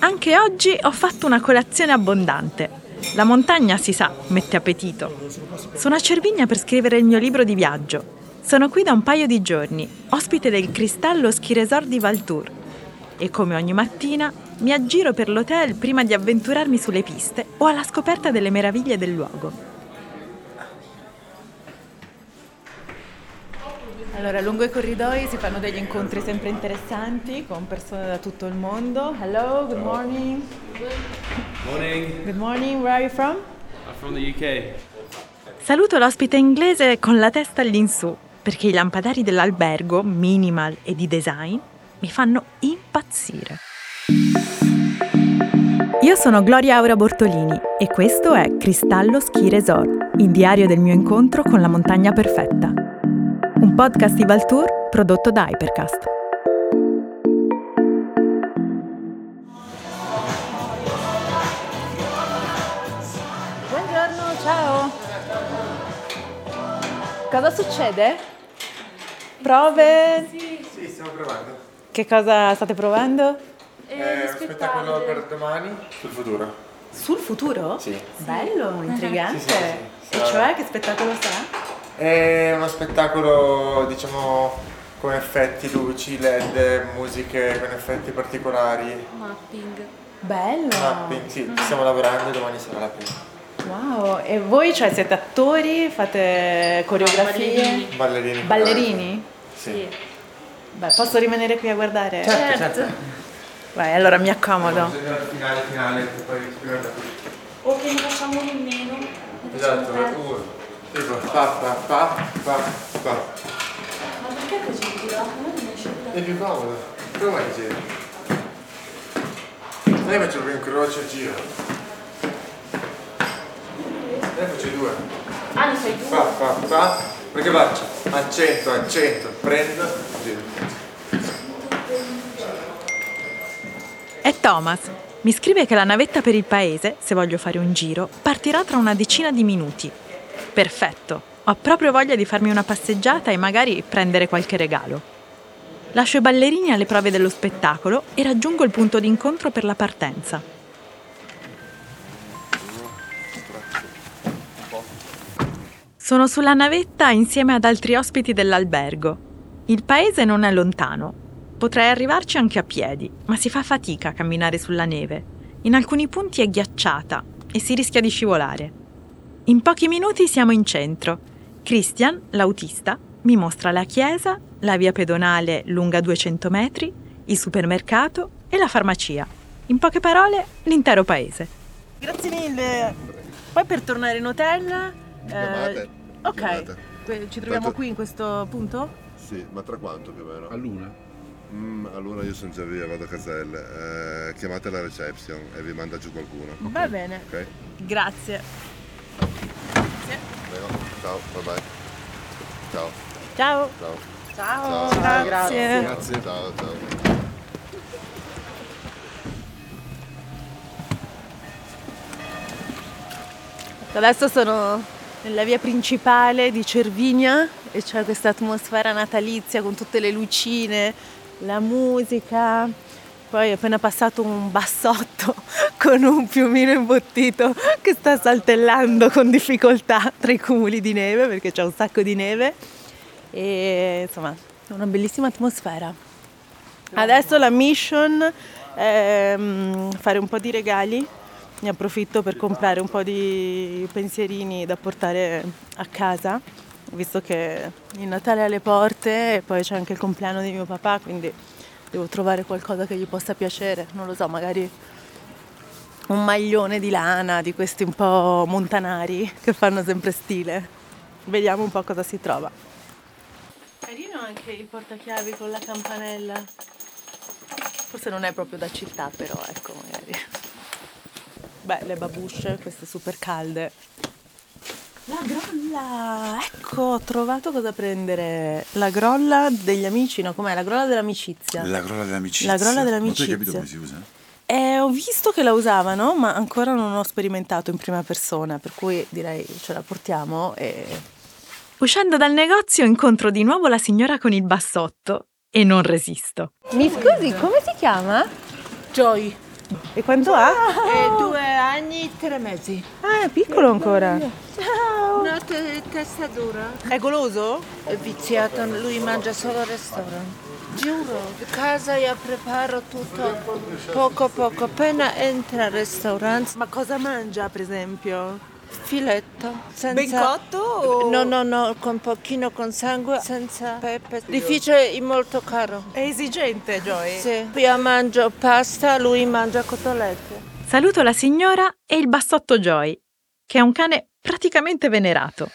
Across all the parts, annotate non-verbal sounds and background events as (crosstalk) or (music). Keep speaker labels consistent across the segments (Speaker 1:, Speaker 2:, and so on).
Speaker 1: Anche oggi ho fatto una colazione abbondante. La montagna, si sa, mette appetito. Sono a Cervigna per scrivere il mio libro di viaggio. Sono qui da un paio di giorni, ospite del Cristallo Ski Resort di Valtour. E come ogni mattina mi aggiro per l'hotel prima di avventurarmi sulle piste o alla scoperta delle meraviglie del luogo. Allora, lungo i corridoi si fanno degli incontri sempre interessanti con persone da tutto il mondo. Hello, good morning.
Speaker 2: Morning.
Speaker 1: Good morning, where are you from?
Speaker 2: I'm from the UK.
Speaker 1: Saluto l'ospite inglese con la testa all'insù, perché i lampadari dell'albergo, minimal e di design, mi fanno impazzire. Io sono Gloria Aura Bortolini e questo è Cristallo Ski Resort, il diario del mio incontro con la montagna perfetta. Un podcast di Valtour prodotto da Hypercast.
Speaker 3: Buongiorno, ciao. Cosa succede?
Speaker 1: Prove?
Speaker 4: Sì, stiamo provando.
Speaker 1: Che cosa state provando?
Speaker 4: Eh, spettacolo per domani. Sul futuro.
Speaker 1: Sul futuro?
Speaker 4: Sì.
Speaker 1: Bello, intrigante.
Speaker 4: Sì, sì, sì,
Speaker 1: E
Speaker 4: sarà-
Speaker 1: cioè che spettacolo sarà?
Speaker 4: È uno spettacolo, diciamo, con effetti luci, LED, musiche con effetti particolari.
Speaker 3: Mapping.
Speaker 1: Bello.
Speaker 4: Mapping, sì, ci stiamo lavorando e domani sarà la prima.
Speaker 1: Wow, e voi cioè siete attori, fate coreografie?
Speaker 3: ballerini.
Speaker 4: Ballerini.
Speaker 1: Ballerini?
Speaker 4: Sì.
Speaker 1: Beh, posso rimanere qui a guardare?
Speaker 4: Certo,
Speaker 1: Vai, allora mi accomodo.
Speaker 4: Bisogna il finale, finale, che poi spiegare tutto.
Speaker 3: O che ne facciamo nemmeno. ne facciamo
Speaker 4: Esatto,
Speaker 3: tardi.
Speaker 4: uno. Tipo, fa, fa, fa, fa, fa.
Speaker 3: Ma perché facciamo di là? Non mi esce più.
Speaker 4: È più comodo. Prova il giro. Noi facciamo un incrocio e giro. Noi faccio i due.
Speaker 3: Ah, ne fai due?
Speaker 4: Fa, fa, fa. Perché faccio? Accento, accento, prendo, giro.
Speaker 1: È Thomas. Mi scrive che la navetta per il paese, se voglio fare un giro, partirà tra una decina di minuti. Perfetto, ho proprio voglia di farmi una passeggiata e magari prendere qualche regalo. Lascio i ballerini alle prove dello spettacolo e raggiungo il punto d'incontro per la partenza. Sono sulla navetta insieme ad altri ospiti dell'albergo. Il paese non è lontano. Potrei arrivarci anche a piedi, ma si fa fatica a camminare sulla neve. In alcuni punti è ghiacciata e si rischia di scivolare. In pochi minuti siamo in centro. Christian, l'autista, mi mostra la chiesa, la via pedonale lunga 200 metri, il supermercato e la farmacia. In poche parole, l'intero paese. Grazie mille. Poi per tornare in hotel... eh,
Speaker 3: Eh,
Speaker 5: Chiamate,
Speaker 1: ok,
Speaker 5: chiamate.
Speaker 1: Que- ci troviamo
Speaker 5: Tanto-
Speaker 1: qui in questo punto?
Speaker 5: Sì, ma tra quanto più o meno?
Speaker 6: All'una?
Speaker 5: Mm, allora io sono già via, vado a Caselle. Eh, chiamate la reception e vi manda giù qualcuno.
Speaker 1: Va bene,
Speaker 5: Ok?
Speaker 1: grazie.
Speaker 5: Prego. Ciao, bye bye. Ciao,
Speaker 1: Ciao.
Speaker 5: ciao.
Speaker 1: Ciao,
Speaker 5: Ciao,
Speaker 1: grazie.
Speaker 5: Ciao, ciao.
Speaker 3: Adesso sono nella via principale di Cervigna e c'è questa atmosfera natalizia con tutte le lucine, la musica. Poi è appena passato un bassotto (laughs) con un piumino imbottito che sta saltellando con difficoltà tra i cumuli di neve perché c'è un sacco di neve. E insomma, è una bellissima atmosfera. Adesso la mission è mm, fare un po' di regali. Ne approfitto per comprare un po' di pensierini da portare a casa, visto che il Natale è alle porte e poi c'è anche il compleanno di mio papà, quindi devo trovare qualcosa che gli possa piacere. Non lo so, magari un maglione di lana di questi un po' montanari che fanno sempre stile. Vediamo un po' cosa si trova. Carino anche il portachiavi con la campanella. Forse non è proprio da città, però ecco, magari. Beh, le babusce, queste super calde. La grolla! Ecco, ho trovato cosa prendere. La grolla degli amici, no? Com'è? La grolla dell'amicizia.
Speaker 6: La grolla dell'amicizia.
Speaker 3: La grolla
Speaker 6: Ma tu
Speaker 3: dell'amicizia.
Speaker 6: hai capito come si usa?
Speaker 3: Eh, ho visto che la usavano, ma ancora non ho sperimentato in prima persona, per cui direi ce la portiamo e
Speaker 1: Uscendo dal negozio incontro di nuovo la signora con il bassotto e non resisto.
Speaker 3: Mi scusi, come si chiama? Joy. E quanto ha?
Speaker 6: Eh, due anni e tre mesi.
Speaker 3: Ah, è piccolo ancora.
Speaker 6: Una te- testa dura.
Speaker 3: È goloso?
Speaker 6: È viziato, lui mangia solo al ristorante. Giuro, di casa io preparo tutto poco poco. Appena entra al ristorante,
Speaker 3: Ma cosa mangia, per esempio?
Speaker 6: filetto. Senza...
Speaker 3: Ben cotto o-
Speaker 6: No, no, no, con pochino con sangue, senza pepe. Difficile e molto caro.
Speaker 3: È esigente, Joy.
Speaker 6: Sì. Io mangio pasta, lui mangia cotolette.
Speaker 1: Saluto la signora e il bassotto Joy, che è un cane praticamente venerato.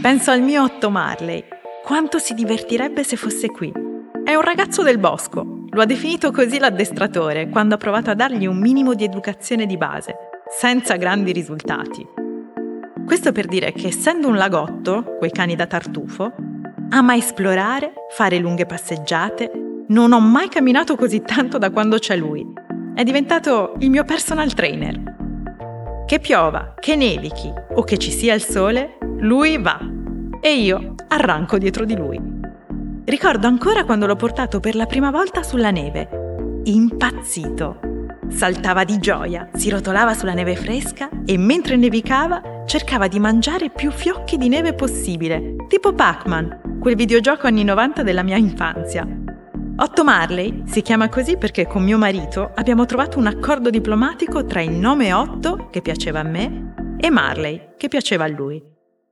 Speaker 1: Penso al mio Otto Marley. Quanto si divertirebbe se fosse qui. È un ragazzo del bosco. Lo ha definito così l'addestratore quando ha provato a dargli un minimo di educazione di base, senza grandi risultati. Questo per dire che essendo un lagotto, quei cani da tartufo, ama esplorare, fare lunghe passeggiate. Non ho mai camminato così tanto da quando c'è lui. È diventato il mio personal trainer. Che piova, che nevichi o che ci sia il sole, lui va e io arranco dietro di lui. Ricordo ancora quando l'ho portato per la prima volta sulla neve. Impazzito. Saltava di gioia, si rotolava sulla neve fresca e mentre nevicava cercava di mangiare più fiocchi di neve possibile, tipo Pac-Man, quel videogioco anni 90 della mia infanzia. Otto Marley si chiama così perché con mio marito abbiamo trovato un accordo diplomatico tra il nome Otto, che piaceva a me, e Marley, che piaceva a lui.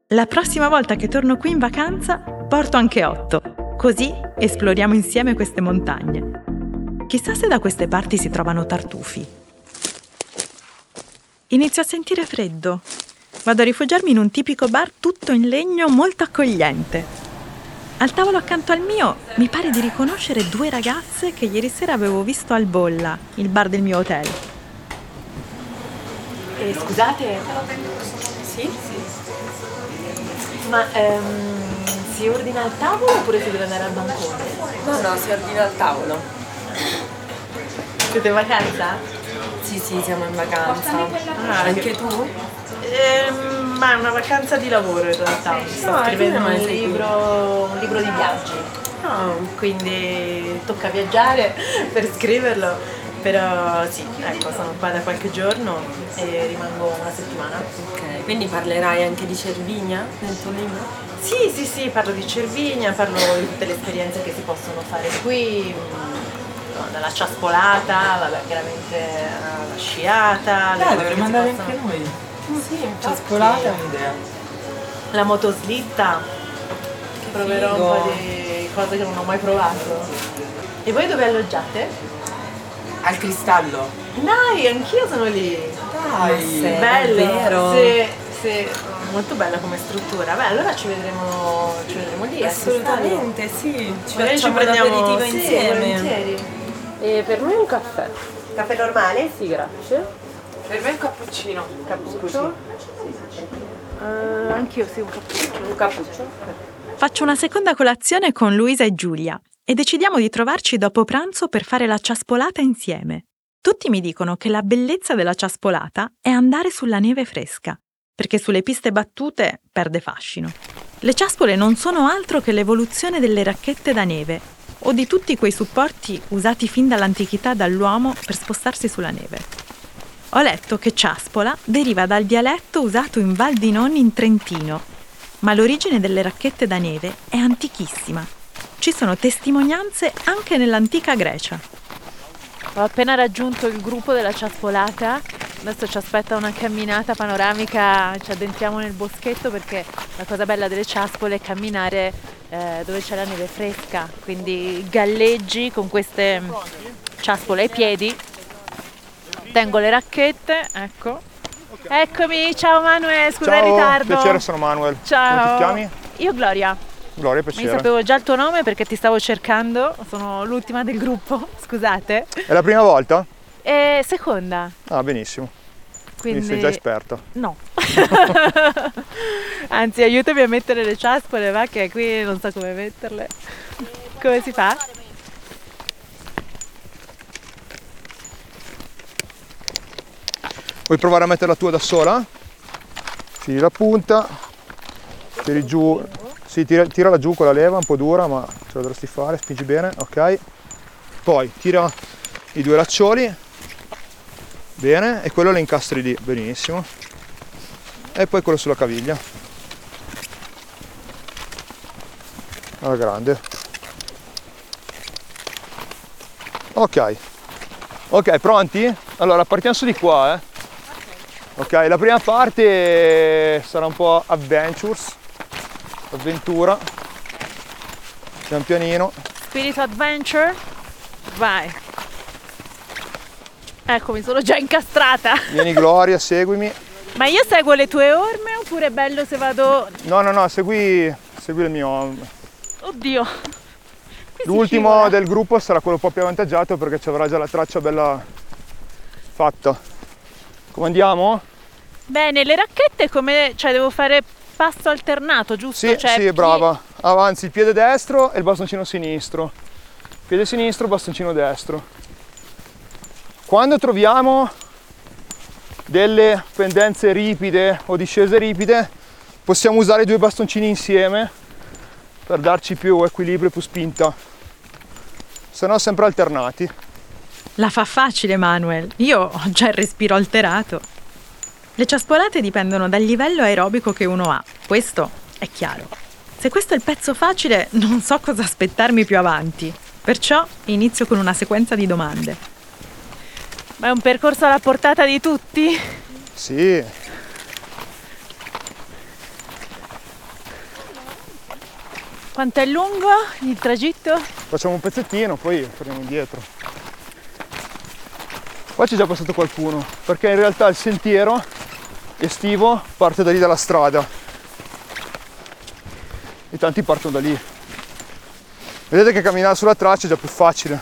Speaker 1: La prossima volta che torno qui in vacanza porto anche Otto, così esploriamo insieme queste montagne. Chissà se da queste parti si trovano tartufi. Inizio a sentire freddo. Vado a rifugiarmi in un tipico bar tutto in legno molto accogliente. Al tavolo accanto al mio mi pare di riconoscere due ragazze che ieri sera avevo visto al Bolla, il bar del mio hotel.
Speaker 3: Eh, scusate. Sì? Ma ehm, si ordina al tavolo oppure si deve andare al bancone?
Speaker 7: No, no, si ordina al tavolo.
Speaker 3: Siete in vacanza?
Speaker 7: Sì, sì, siamo in vacanza. Ah, Anche tu?
Speaker 3: Ehm, ma è una vacanza di lavoro in realtà. Sto
Speaker 7: Ah,
Speaker 3: scrivendo
Speaker 7: come
Speaker 3: un
Speaker 7: mai sei qui?
Speaker 3: libro, un libro di viaggi. Quindi tocca viaggiare (laughs) per scriverlo. Però sì, ecco, sono qua da qualche giorno e rimango una settimana.
Speaker 7: Ok, quindi parlerai anche di Cervigna nel tuo libro?
Speaker 3: Sì, sì, sì, parlo di Cervigna, parlo di tutte le esperienze che si possono fare qui, mm, no, dalla ciaspolata, vabbè, chiaramente alla sciata, le cose che si possono-
Speaker 8: noi.
Speaker 7: Sì,
Speaker 8: Ciascolata è un'idea.
Speaker 3: la motoslitta, proverò un po' di cose che non ho mai provato. E voi dove alloggiate?
Speaker 8: Al cristallo.
Speaker 3: Dai, anch'io sono lì.
Speaker 8: Dai.
Speaker 3: Bello,
Speaker 7: davvero?
Speaker 3: Sì, sì, molto bella come struttura. Beh, allora ci vedremo, ci vedremo lì. a Cristallo.
Speaker 7: Assolutamente, sì. Ci
Speaker 3: Magari
Speaker 7: facciamo un
Speaker 3: prendiamo-
Speaker 7: aperitivo
Speaker 3: sì,
Speaker 7: insieme.
Speaker 3: volentieri.
Speaker 9: E per me un caffè.
Speaker 3: Caffè normale?
Speaker 9: Sì, grazie.
Speaker 8: Per me è un cappuccino.
Speaker 9: Cappuccio?
Speaker 3: anch'io sì, un cappuccino.
Speaker 9: Un cappuccio?
Speaker 1: Faccio una seconda colazione con Luisa e Giulia e decidiamo di trovarci dopo pranzo per fare la ciaspolata insieme. Tutti mi dicono che la bellezza della ciaspolata è andare sulla neve fresca, perché sulle piste battute perde fascino. Le ciaspole non sono altro che l'evoluzione delle racchette da neve o di tutti quei supporti usati fin dall'antichità dall'uomo per spostarsi sulla neve. Ho letto che ciaspola deriva dal dialetto usato in Val di Non in Trentino, ma l'origine delle racchette da neve è antichissima. Ci sono testimonianze anche nell'antica Grecia.
Speaker 3: Ho appena raggiunto il gruppo della ciaspolata, adesso ci aspetta una camminata panoramica, ci addentriamo nel boschetto perché la cosa bella delle ciaspole è camminare eh, dove c'è la neve fresca, quindi galleggi con queste mm, ciaspole ai piedi, tengo le racchette, ecco. Eccomi, ciao Manuel, scusa il ritardo.
Speaker 10: piacere, sono Manuel.
Speaker 3: Ciao.
Speaker 10: Come ti chiami?
Speaker 3: Io Gloria,
Speaker 10: Gloria,
Speaker 3: mi
Speaker 10: piacere.
Speaker 3: sapevo già il tuo nome perché ti stavo cercando, sono l'ultima del gruppo, (laughs) scusate.
Speaker 10: È la prima volta?
Speaker 3: E Eh, seconda,
Speaker 10: Ah, benissimo. Quindi,
Speaker 3: quindi...
Speaker 10: sei già esperta.
Speaker 3: No. (laughs) Anzi, aiutami a mettere le ciaspole, va che qui non so come metterle. Come si fa?
Speaker 10: Vuoi provare a mettere la tua da sola? Tiri la punta, tiri giù. Sì, tira, tirala giù con la leva, un po' dura, ma ce la dovresti fare, spingi bene, ok. Poi tira i due laccioli, bene, e quello lo incastri lì, benissimo. E poi quello sulla caviglia. Alla grande. Ok. Ok, pronti? Allora partiamo su di qua, eh. Ok, la prima parte sarà un po' adventures, avventura. Pian pianino.
Speaker 3: Spirito Adventure. Vai. Ecco, mi sono già incastrata.
Speaker 10: Vieni Gloria, seguimi.
Speaker 3: Ma io seguo le tue orme oppure è bello se vado...
Speaker 10: No, no, no, segui, segui il mio.
Speaker 3: Oddio.
Speaker 10: L'ultimo del gruppo sarà quello un po' più avvantaggiato perché ci avrà già la traccia bella fatta. Come andiamo?
Speaker 3: Bene, le racchette come... Cioè devo fare passo alternato, giusto?
Speaker 10: Sì,
Speaker 3: cioè,
Speaker 10: sì,
Speaker 3: chi-
Speaker 10: brava. Avanzi il piede destro e il bastoncino sinistro. Piede sinistro, bastoncino destro. Quando troviamo delle pendenze ripide o discese ripide, possiamo usare i due bastoncini insieme per darci più equilibrio e più spinta. Se no sempre alternati.
Speaker 1: La fa facile, Manuel. Io ho già il respiro alterato. Le ciaspolate dipendono dal livello aerobico che uno ha, questo è chiaro. Se questo è il pezzo facile, non so cosa aspettarmi più avanti. Perciò inizio con una sequenza di domande.
Speaker 3: Ma è un percorso alla portata di tutti?
Speaker 10: Sì.
Speaker 3: Quanto è lungo il tragitto?
Speaker 10: Facciamo un pezzettino, poi torniamo indietro. Qua c'è già passato qualcuno, perché in realtà il sentiero estivo parte da lì dalla strada. E tanti partono da lì. Vedete che camminare sulla traccia è già più facile.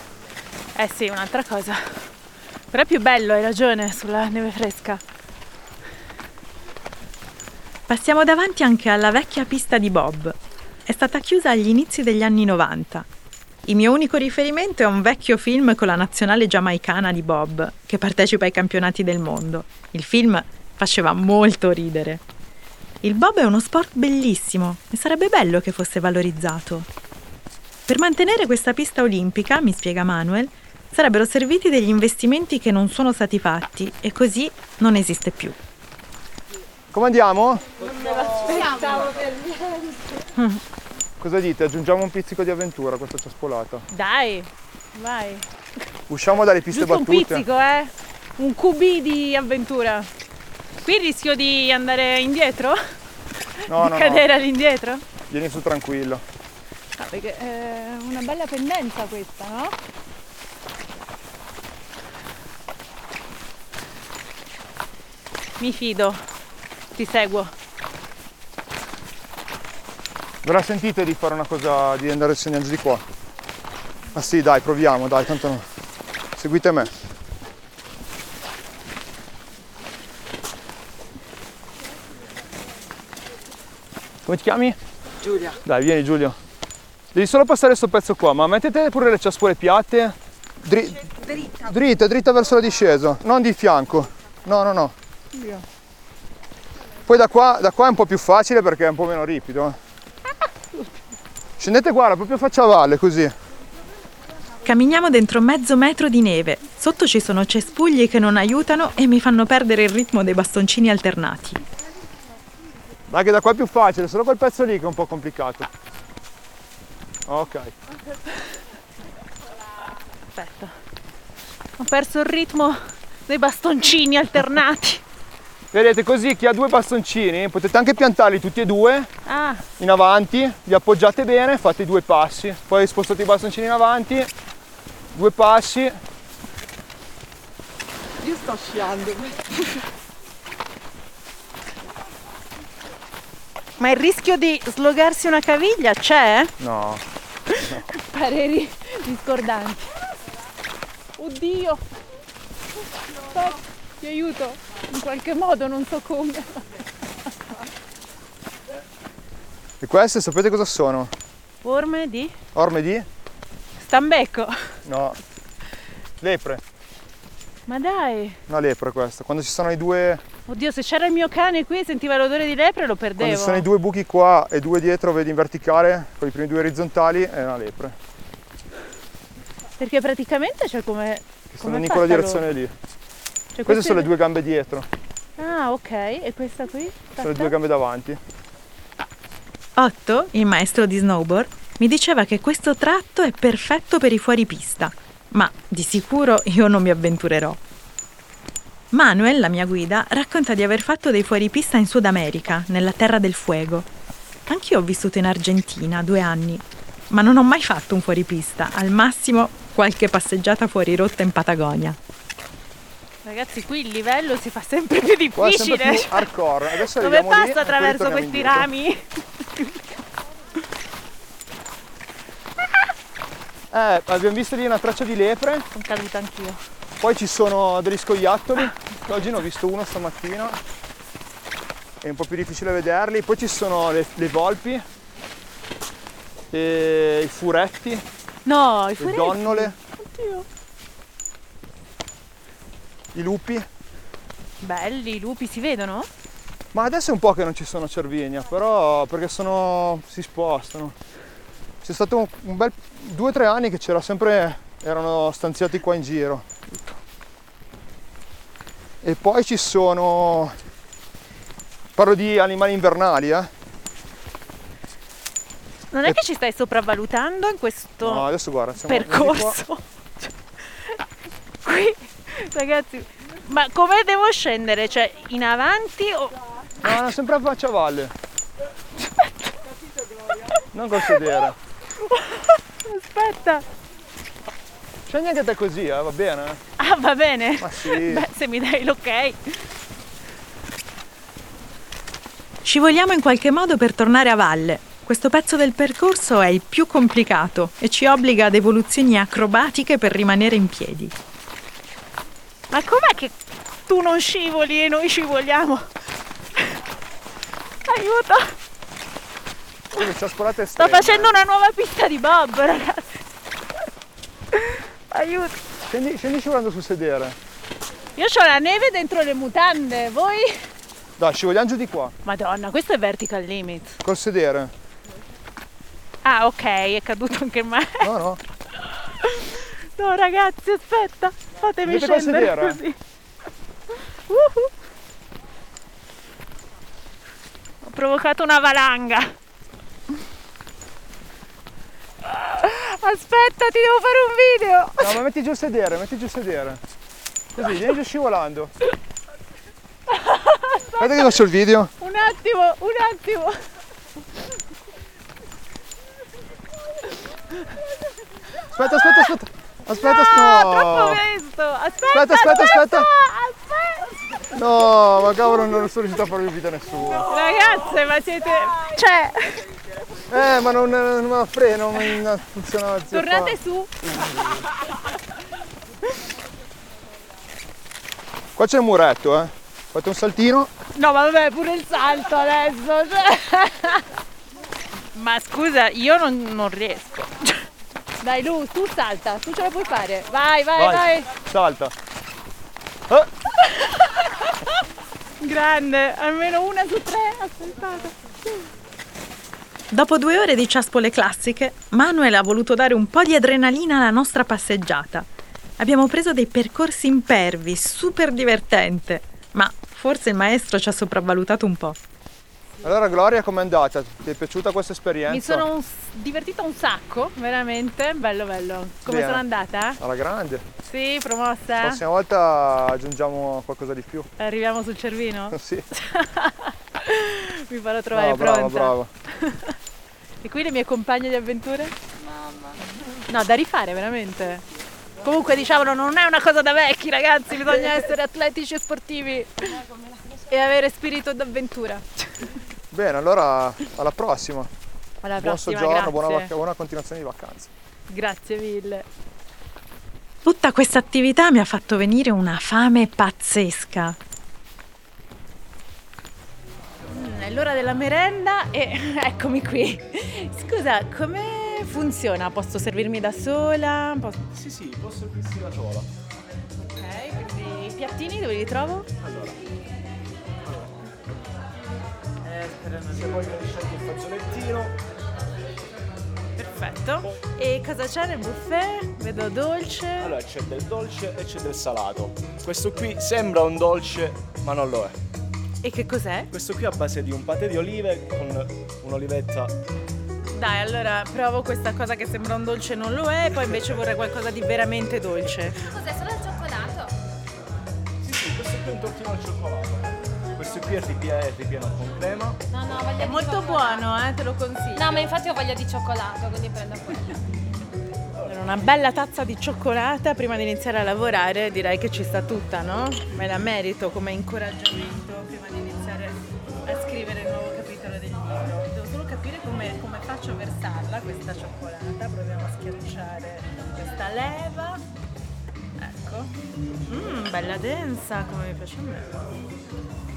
Speaker 3: Eh sì, un'altra cosa. Però è più bello, hai ragione, sulla neve fresca.
Speaker 1: Passiamo davanti anche alla vecchia pista di Bob. È stata chiusa agli inizi degli anni 90. Il mio unico riferimento è un vecchio film con la nazionale giamaicana di Bob, che partecipa ai campionati del mondo. Il film faceva molto ridere. Il Bob è uno sport bellissimo e sarebbe bello che fosse valorizzato. Per mantenere questa pista olimpica, mi spiega Manuel, sarebbero serviti degli investimenti che non sono stati fatti e così non esiste più.
Speaker 10: Come andiamo?
Speaker 9: Stavo per
Speaker 10: (laughs) Cosa dite? Aggiungiamo un pizzico di avventura a questa ciaspolata.
Speaker 3: Dai, vai.
Speaker 10: Usciamo dalle piste
Speaker 3: Giusto un
Speaker 10: battute.
Speaker 3: pizzico, eh? Un QB di avventura. Qui rischio di andare indietro?
Speaker 10: No,
Speaker 3: di
Speaker 10: no, no.
Speaker 3: cadere all'indietro?
Speaker 10: Vieni su tranquillo.
Speaker 3: No, perché è una bella pendenza questa, no? Mi fido, ti seguo.
Speaker 10: Ve la sentite di fare una cosa, di andare segnando di qua? Ah sì, dai, proviamo, dai, tanto no. Seguite me. Come ti chiami?
Speaker 8: Giulia.
Speaker 10: Dai, vieni Giulio. Devi solo passare questo pezzo qua, ma mettete pure le ciaspole piatte. Dri- dritta. Dritta, verso la discesa, non di fianco. No, no, no. Poi da qua, da qua è un po' più facile perché è un po' meno ripido. eh. Scendete guarda, proprio faccia a valle così.
Speaker 1: Camminiamo dentro mezzo metro di neve. Sotto ci sono cespugli che non aiutano e mi fanno perdere il ritmo dei bastoncini alternati.
Speaker 10: Dai che da qua è più facile, solo quel pezzo lì che è un po' complicato. Ok.
Speaker 3: Aspetta. Ho perso il ritmo dei bastoncini alternati.
Speaker 10: Vedete così chi ha due bastoncini potete anche piantarli tutti e due
Speaker 3: (laughs) Ah,
Speaker 10: in avanti, li appoggiate bene, fate due passi, poi spostate i bastoncini in avanti, due passi,
Speaker 8: Io sto sciando.
Speaker 3: ma il rischio di slogarsi una caviglia c'è?
Speaker 10: no,
Speaker 3: Pareri discordanti. Oddio! Stop! Ti aiuto! In qualche modo, non so come.
Speaker 10: E queste sapete cosa sono?
Speaker 3: Forme di
Speaker 10: Orme di?
Speaker 3: stambecco.
Speaker 10: No. Lepre.
Speaker 3: Ma dai!
Speaker 10: No, lepre questa. Quando ci sono i due.
Speaker 3: Oddio, se c'era il mio cane qui e sentiva l'odore di lepre lo
Speaker 10: Quando
Speaker 3: perdevo.
Speaker 10: ci sono i due buchi qua e due dietro, vedi in verticale, con i primi due orizzontali, è una lepre.
Speaker 3: Perché praticamente c'è come
Speaker 10: che
Speaker 3: Com'è
Speaker 10: stanno in quella
Speaker 3: fatta
Speaker 10: direzione lì.
Speaker 3: Cioè,
Speaker 10: Queste sono le due gambe dietro,
Speaker 3: Ah, ok. E questa qui?
Speaker 10: sono le
Speaker 3: Fatta?
Speaker 10: due gambe davanti.
Speaker 1: Otto, il maestro di snowboard, mi diceva che questo tratto è perfetto per i fuoripista, ma di sicuro io non mi avventurerò. Manuel, la mia guida, racconta di aver fatto dei fuoripista in Sud America, nella Terra del Fuego. Anch'io ho vissuto in Argentina due anni, ma non ho mai fatto un fuoripista, al massimo qualche passeggiata fuori rotta in Patagonia.
Speaker 3: Ragazzi, qui il livello si fa sempre più
Speaker 10: Qua è sempre
Speaker 3: difficile.
Speaker 10: più hardcore. Adesso
Speaker 3: Come
Speaker 10: arriviamo lì e
Speaker 3: passo
Speaker 10: poi
Speaker 3: attraverso
Speaker 10: ritorniamo
Speaker 3: questi
Speaker 10: indietro.
Speaker 3: rami?
Speaker 10: Eh, abbiamo visto lì una traccia di lepre,
Speaker 3: Sono caduta anch'io.
Speaker 10: poi ci sono degli scoiattoli. Oggi ne ho visto uno stamattina. È un po' più difficile vederli. Poi ci sono le, le volpi, e i furetti,
Speaker 3: No, i
Speaker 10: le
Speaker 3: fuori.
Speaker 10: donnole,
Speaker 3: Oddio.
Speaker 10: i lupi.
Speaker 3: Belli, i lupi si vedono?
Speaker 10: Ma adesso è un po' che non ci sono a Cervinia, però perché sono. si spostano. C'è stato un, un bel. due o tre anni che c'era sempre. erano stanziati qua in giro. E poi ci sono. parlo di animali invernali, eh.
Speaker 3: Non è
Speaker 10: Eh.
Speaker 3: che ci stai sopravvalutando in questo
Speaker 10: No, adesso guarda, siamo venuti qua.
Speaker 3: Oh. percorso? qui, ragazzi, ma come devo scendere? Cioè, in avanti o...
Speaker 10: No, no, sempre a faccia a valle. Non col sedere.
Speaker 3: Aspetta!
Speaker 10: Scendi anche te così, eh, va bene? eh?
Speaker 3: Ah, va bene.
Speaker 10: Ma sì.
Speaker 3: Beh, se mi dai l'ok.
Speaker 1: Scivoliamo in qualche modo per tornare a valle. Questo pezzo del percorso è il più complicato e ci obbliga ad evoluzioni acrobatiche per rimanere in piedi.
Speaker 3: Ma com'è che tu non scivoli e noi scivoliamo? Aiuto!
Speaker 10: Quello ci ha spolato
Speaker 3: Sto facendo una nuova pista di Bob, ragazzi! Aiuto!
Speaker 10: Scendi, scendi scivolando sul sedere.
Speaker 3: Io ho la neve dentro le mutande, voi?
Speaker 10: Dai, scivoliamo giù di qua,
Speaker 3: Madonna, questo è vertical limit.
Speaker 10: col sedere.
Speaker 3: Ah, ok, è caduto anche me.
Speaker 10: No,
Speaker 3: (laughs)
Speaker 10: no.
Speaker 3: No, ragazzi, aspetta, fatemi
Speaker 10: Dovete qua
Speaker 3: scendere
Speaker 10: sedere.
Speaker 3: così. Uhu. Ho provocato una valanga. Aspetta, ti devo fare un video.
Speaker 10: No, ma metti giù il sedere, metti giù il sedere. Così, vieni giù scivolando. Guarda che faccio il video.
Speaker 3: Un attimo, un attimo.
Speaker 10: Aspetta, aspetta, aspetta. Aspetta,
Speaker 3: No,
Speaker 10: aspetta.
Speaker 3: Ah, troppo presto. Aspetta,
Speaker 10: Aspetta, aspetta, aspetta.
Speaker 3: aspetta.
Speaker 10: No, ma cavolo, non sono riuscito a fare il video a nessuno.
Speaker 3: Ragazze, ma siete... Cioè,
Speaker 10: Eh, ma non, non me la freno, non non funziona. zio, qua.
Speaker 3: tornate su.
Speaker 10: Qua c'è il muretto, eh. Fate un saltino.
Speaker 3: No, ma vabbè, pure il salto adesso. cioè. Ma scusa, io non, non riesco. Dai Lu, tu salta, tu ce la puoi fare. Vai, vai, vai.
Speaker 10: Salta.
Speaker 3: Grande, almeno una su tre, aspettate.
Speaker 1: Dopo due ore di ciaspole classiche, Manuel ha voluto dare un po' di adrenalina alla nostra passeggiata. Abbiamo preso dei percorsi impervi, super divertente, ma forse il maestro ci ha sopravvalutato un po'.
Speaker 10: Allora, Gloria, com'è andata? Ti è piaciuta questa esperienza?
Speaker 3: Mi sono un s- divertita un sacco, veramente. Bello, bello. Come
Speaker 10: Bene.
Speaker 3: sono andata?
Speaker 10: Alla
Speaker 3: Eh?
Speaker 10: grande.
Speaker 3: Sì,
Speaker 10: La
Speaker 3: promossa.
Speaker 10: prossima volta aggiungiamo qualcosa di più.
Speaker 3: Arriviamo sul
Speaker 10: (laughs)
Speaker 3: Cervino?
Speaker 10: Sì.
Speaker 3: Mi farò trovare
Speaker 10: Brava,
Speaker 3: pronta.
Speaker 10: brava, brava.
Speaker 3: E qui le mie compagne di avventure? Mamma. No, da rifare veramente. Comunque diciamolo, non è una cosa da vecchi ragazzi, bisogna essere atletici e sportivi e avere spirito d'avventura.
Speaker 10: Bene, allora alla prossima.
Speaker 3: Alla
Speaker 10: Buon
Speaker 3: prossima,
Speaker 10: soggiorno,
Speaker 3: grazie.
Speaker 10: buona, vac- buona continuazione di vacanze.
Speaker 3: Grazie mille.
Speaker 1: Tutta questa attività mi ha fatto venire una fame pazzesca.
Speaker 3: È l'ora della
Speaker 1: (laughs)
Speaker 3: merenda e eccomi qui. Scusa, come funziona? Posso servirmi da sola? Posso-
Speaker 2: Sì, sì, posso servirsi la sola.
Speaker 3: Ok, quindi i piattini dove li trovo?
Speaker 2: Eh, Se voglio risciacquare il fazzolettino.
Speaker 1: perfetto. E cosa c'è nel buffet? Vedo dolce.
Speaker 2: Allora c'è del dolce e c'è del salato. Questo qui sembra un dolce, ma non lo è.
Speaker 1: E che cos'è?
Speaker 2: Questo qui è a base di un patè di olive con un'olivetta.
Speaker 1: Dai, allora provo questa cosa che sembra un dolce e non lo è, poi invece vorrei qualcosa di veramente dolce.
Speaker 9: Cos'è? Solo il cioccolato?
Speaker 2: Sì, sì, questo qui è un tortino al cioccolato. Questo qui è ripieno, è ripieno con crema.
Speaker 9: No, no, voglio
Speaker 1: È
Speaker 9: di
Speaker 1: molto
Speaker 9: cioccolato.
Speaker 1: buono, eh, te lo consiglio.
Speaker 9: No, ma infatti ho voglia di cioccolato, quindi prendo quello.
Speaker 1: Una bella tazza di cioccolata prima di iniziare a lavorare direi che ci sta tutta, no? Me la merito come incoraggiamento prima di iniziare a scrivere il nuovo capitolo del libro. Devo solo capire come, come faccio a versarla questa cioccolata. Proviamo a schiacciare questa leva. Ecco. Mmm, bella densa, come mi piace a me.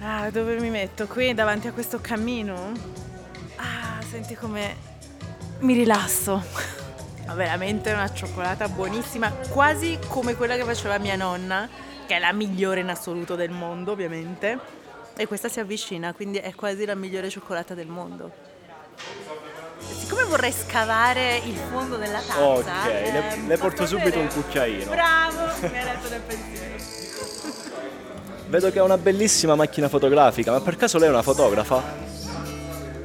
Speaker 1: Ah, dove mi metto? Qui davanti a questo camino? Ah, senti come mi rilasso. Veramente una cioccolata buonissima, quasi come quella che faceva mia nonna, che è la migliore in assoluto del mondo, ovviamente. E questa si avvicina, quindi è quasi la migliore cioccolata del mondo. Siccome vorrei scavare il fondo della tazza,
Speaker 2: Ok,
Speaker 1: ehm,
Speaker 2: le, le porto
Speaker 1: posso
Speaker 2: subito un
Speaker 1: vedere?
Speaker 2: cucchiaino. (laughs)
Speaker 1: Bravo, mi ha letto del pensiero.
Speaker 2: Vedo che ha una bellissima macchina fotografica, ma per caso lei è una fotografa?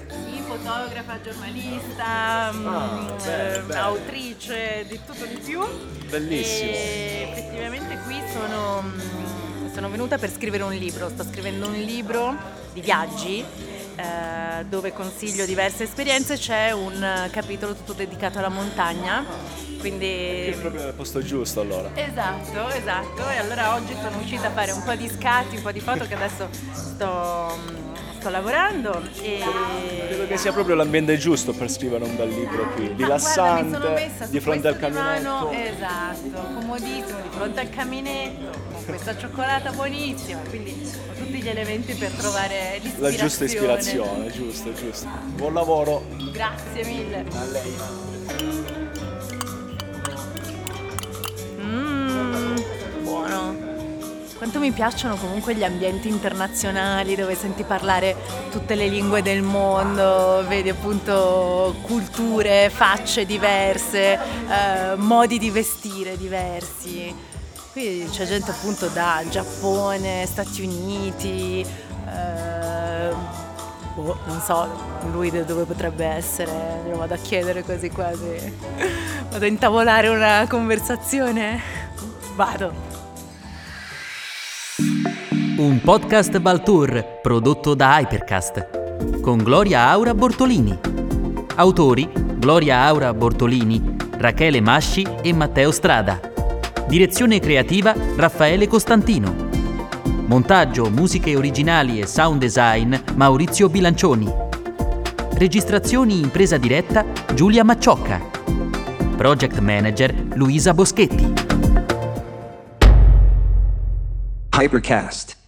Speaker 1: Sì, fotografa, giornalista, mm,
Speaker 2: Ah, bene,
Speaker 1: ehm,
Speaker 2: bene.
Speaker 1: autrice, di tutto di più.
Speaker 2: Bellissimo.
Speaker 1: E effettivamente qui sono, mm, sono venuta per scrivere un libro, sto scrivendo un libro di viaggi eh, dove consiglio diverse esperienze, c'è un eh, capitolo tutto dedicato alla montagna,
Speaker 2: Che
Speaker 1: quindi...
Speaker 2: è proprio nel posto giusto allora.
Speaker 1: Esatto, esatto. E allora oggi sono uscita a fare un po' di scatti, un po' di foto che adesso sto, mm, sto lavorando. E...
Speaker 2: Credo che sia proprio l'ambiente giusto per scrivere un bel libro qui,
Speaker 1: Ma Ah, guarda, mi
Speaker 2: rilassante,
Speaker 1: sono messa su
Speaker 2: di fronte al
Speaker 1: questo
Speaker 2: camminetto.
Speaker 1: divano, Esatto, comodissimo, di fronte al caminetto, con questa cioccolata buonissima, quindi ho tutti gli elementi per trovare l'ispirazione.
Speaker 2: La giusta ispirazione, giusto, giusto. Buon lavoro.
Speaker 1: Grazie mille.
Speaker 2: A lei.
Speaker 1: Mmm, buono. Quanto mi piacciono comunque gli ambienti internazionali dove senti parlare tutte le lingue del mondo, vedi appunto culture, facce diverse, eh, modi di vestire diversi. Qui c'è gente appunto da Giappone, Stati Uniti, eh, boh, non so lui da dove potrebbe essere, glielo vado a chiedere quasi quasi. Vado a intavolare una conversazione. Vado.
Speaker 11: Un podcast Baltour prodotto da Hypercast con Gloria Aura Bortolini. Autori Gloria Aura Bortolini, Rachele Masci e Matteo Strada. Direzione creativa Raffaele Costantino. Montaggio, musiche originali e sound design Maurizio Bilancioni. Registrazioni in presa diretta Giulia Macciocca. Project manager Luisa Boschetti.
Speaker 12: Hypercast.